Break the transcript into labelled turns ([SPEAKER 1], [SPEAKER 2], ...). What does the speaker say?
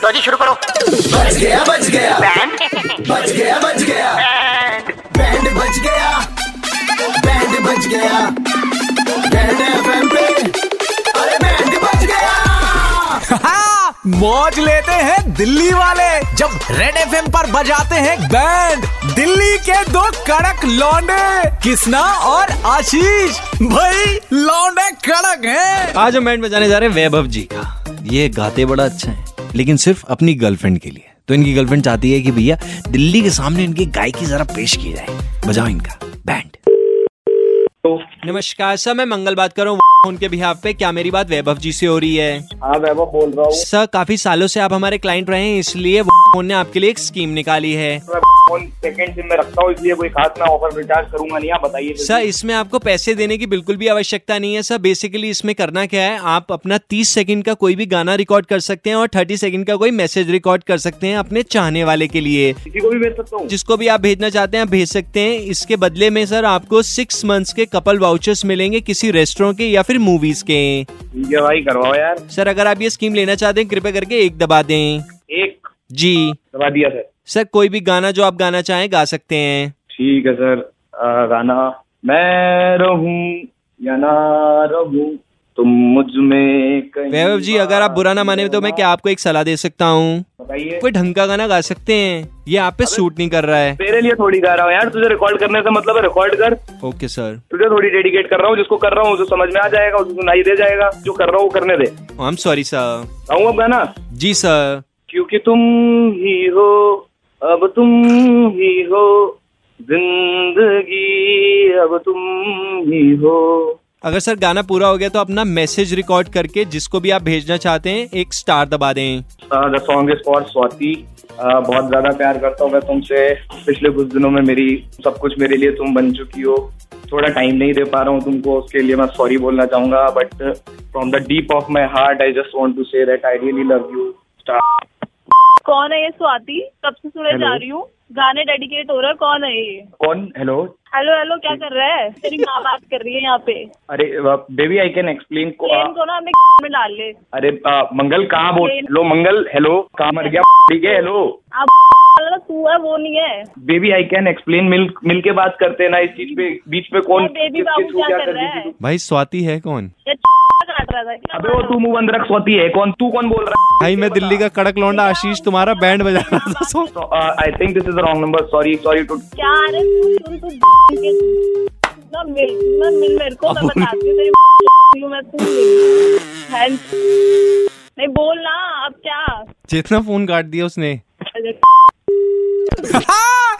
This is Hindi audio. [SPEAKER 1] लो तो जी शुरू करो
[SPEAKER 2] बच गया बच गया
[SPEAKER 1] बैंड
[SPEAKER 2] बच गया बच गया
[SPEAKER 1] बैंड
[SPEAKER 2] बैंड बच गया बैंड बच गया बैंड एफएम पे अरे बैंड बच गया
[SPEAKER 3] हाँ, मौज लेते हैं दिल्ली वाले जब रेड एफ पर बजाते हैं बैंड दिल्ली के दो कड़क लौंडे किसना और आशीष भाई लौंडे कड़क हैं
[SPEAKER 4] आज हम बैंड बजाने जा रहे हैं वैभव जी का ये गाते बड़ा अच्छा है लेकिन सिर्फ अपनी गर्लफ्रेंड के लिए तो इनकी गर्लफ्रेंड चाहती है कि भैया दिल्ली के सामने इनकी गायकी जरा पेश की जाए बजाओ इनका बैंड
[SPEAKER 5] तो
[SPEAKER 4] नमस्कार सर मैं मंगल बात कर रहा हूँ उनके बिहाफ पे क्या मेरी बात वैभव जी से हो रही है
[SPEAKER 5] हाँ वैभव बोल रहा हूँ
[SPEAKER 4] सर काफी सालों से आप हमारे क्लाइंट रहे हैं इसलिए फोन ने आपके लिए एक स्कीम निकाली है
[SPEAKER 5] मैं फोन सेकंड सिम में रखता हूँ इसलिए कोई खास मैं ऑफर रिचार्ज करूंगा नहीं आप बताइए जल्दी।
[SPEAKER 4] सर इसमें आपको पैसे देने की बिल्कुल भी आवश्यकता नहीं है सर बेसिकली इसमें करना क्या है आप अपना 30 सेकंड का कोई भी गाना रिकॉर्ड कर सकते हैं और 30 सेकंड का कोई मैसेज रिकॉर्ड कर सकते हैं अपने चाहने वाले के लिए
[SPEAKER 5] किसी को भी भेज सकता हूँ
[SPEAKER 4] जिसको भी आप भेजना चाहते हैं आप भेज सकते हैं इसके बदले में सर आपको सिक्स मंथ्स के कपल वाउचर्स मिलेंगे किसी रेस्टोरेंट के या फिर मूवीज के
[SPEAKER 5] ठीक है भाई करवाओ यार
[SPEAKER 4] सर अगर आप ये स्कीम लेना चाहते हैं कृपया करके एक दबा दें
[SPEAKER 5] एक
[SPEAKER 4] जी
[SPEAKER 5] दबा दिया सर
[SPEAKER 4] सर कोई भी गाना जो आप गाना चाहें गा सकते हैं
[SPEAKER 5] ठीक है सर आ, गाना मैं रहूं या ना रहूं तुम मुझ में कहीं
[SPEAKER 4] वैभव जी अगर आप बुरा ना माने तो मैं क्या आपको एक सलाह दे सकता हूँ
[SPEAKER 5] बताइए
[SPEAKER 4] कोई ढंग का गाना गा सकते हैं ये आप पे सूट नहीं कर रहा है
[SPEAKER 5] तेरे लिए थोड़ी गा रहा हूँ यार तुझे रिकॉर्ड करने से मतलब है रिकॉर्ड कर
[SPEAKER 4] ओके सर
[SPEAKER 5] तुझे थोड़ी डेडिकेट कर रहा हूँ जिसको कर रहा हूँ उसे समझ में आ जाएगा उसे सुनाई दे जाएगा जो कर रहा हूँ वो करने दे
[SPEAKER 4] आई एम सॉरी सर
[SPEAKER 5] गाऊँ अब गाना
[SPEAKER 4] जी सर
[SPEAKER 5] क्योंकि तुम ही हो अब तुम ही हो जिंदगी अब तुम ही हो
[SPEAKER 4] अगर सर गाना पूरा हो गया तो अपना मैसेज रिकॉर्ड करके जिसको भी आप भेजना चाहते हैं एक स्टार दबा दें
[SPEAKER 5] the song is for Swati आ, बहुत ज्यादा प्यार करता हूँ मैं तुमसे पिछले कुछ दिनों में मेरी सब कुछ मेरे लिए तुम बन चुकी हो थोड़ा टाइम नहीं दे पा रहा हूँ तुमको उसके लिए मैं सॉरी बोलना चाहूंगा but from the deep of my heart I just want to say that I really love you star
[SPEAKER 6] कौन है ये स्वाति कब से सुने
[SPEAKER 5] Hello.
[SPEAKER 6] जा रही हूँ गाने डेडिकेट हो रहा है कौन है ये
[SPEAKER 5] कौन हेलो
[SPEAKER 6] हेलो हेलो क्या कर रहा है तेरी माँ बात कर रही है यहाँ पे
[SPEAKER 5] अरे baby I can explain
[SPEAKER 6] plane को ना हमें में डाल ले
[SPEAKER 5] अरे आ, मंगल कहाँ बोल हेलो मंगल हेलो कहाँ मर गया ठीक है हेलो
[SPEAKER 6] आप वाला तू है वो नहीं है
[SPEAKER 5] बेबी आई कैन एक्सप्लेन मिल मिल के बात करते हैं ना इस चीज पे बीच पे कौन
[SPEAKER 6] अरे baby
[SPEAKER 5] किस-
[SPEAKER 6] बाबू
[SPEAKER 5] किसको
[SPEAKER 6] क्या कर
[SPEAKER 5] कर
[SPEAKER 6] रहा
[SPEAKER 5] रही
[SPEAKER 6] है?
[SPEAKER 5] थी
[SPEAKER 4] भाई स्वाति है कौन
[SPEAKER 6] ये काट रहा था क्या
[SPEAKER 5] अबे वो तू मुंह बंद रख सोती है कौन तू कौन बोल रहा
[SPEAKER 4] भाई मैं दिल्ली का कड़क लौंडा आशीष तुम्हारा बैंड बजा रहा था सो
[SPEAKER 5] है I think this is wrong number sorry sorry too
[SPEAKER 6] क्या अरे सुन तू के- ना मिल ना मिल मेरे को मैं बताती हूँ तेरी हूँ मैं तू मिल। हैंड नहीं बोल ना अब क्या
[SPEAKER 4] जितना फोन काट दिया उसने
[SPEAKER 6] अरे
[SPEAKER 3] हाँ,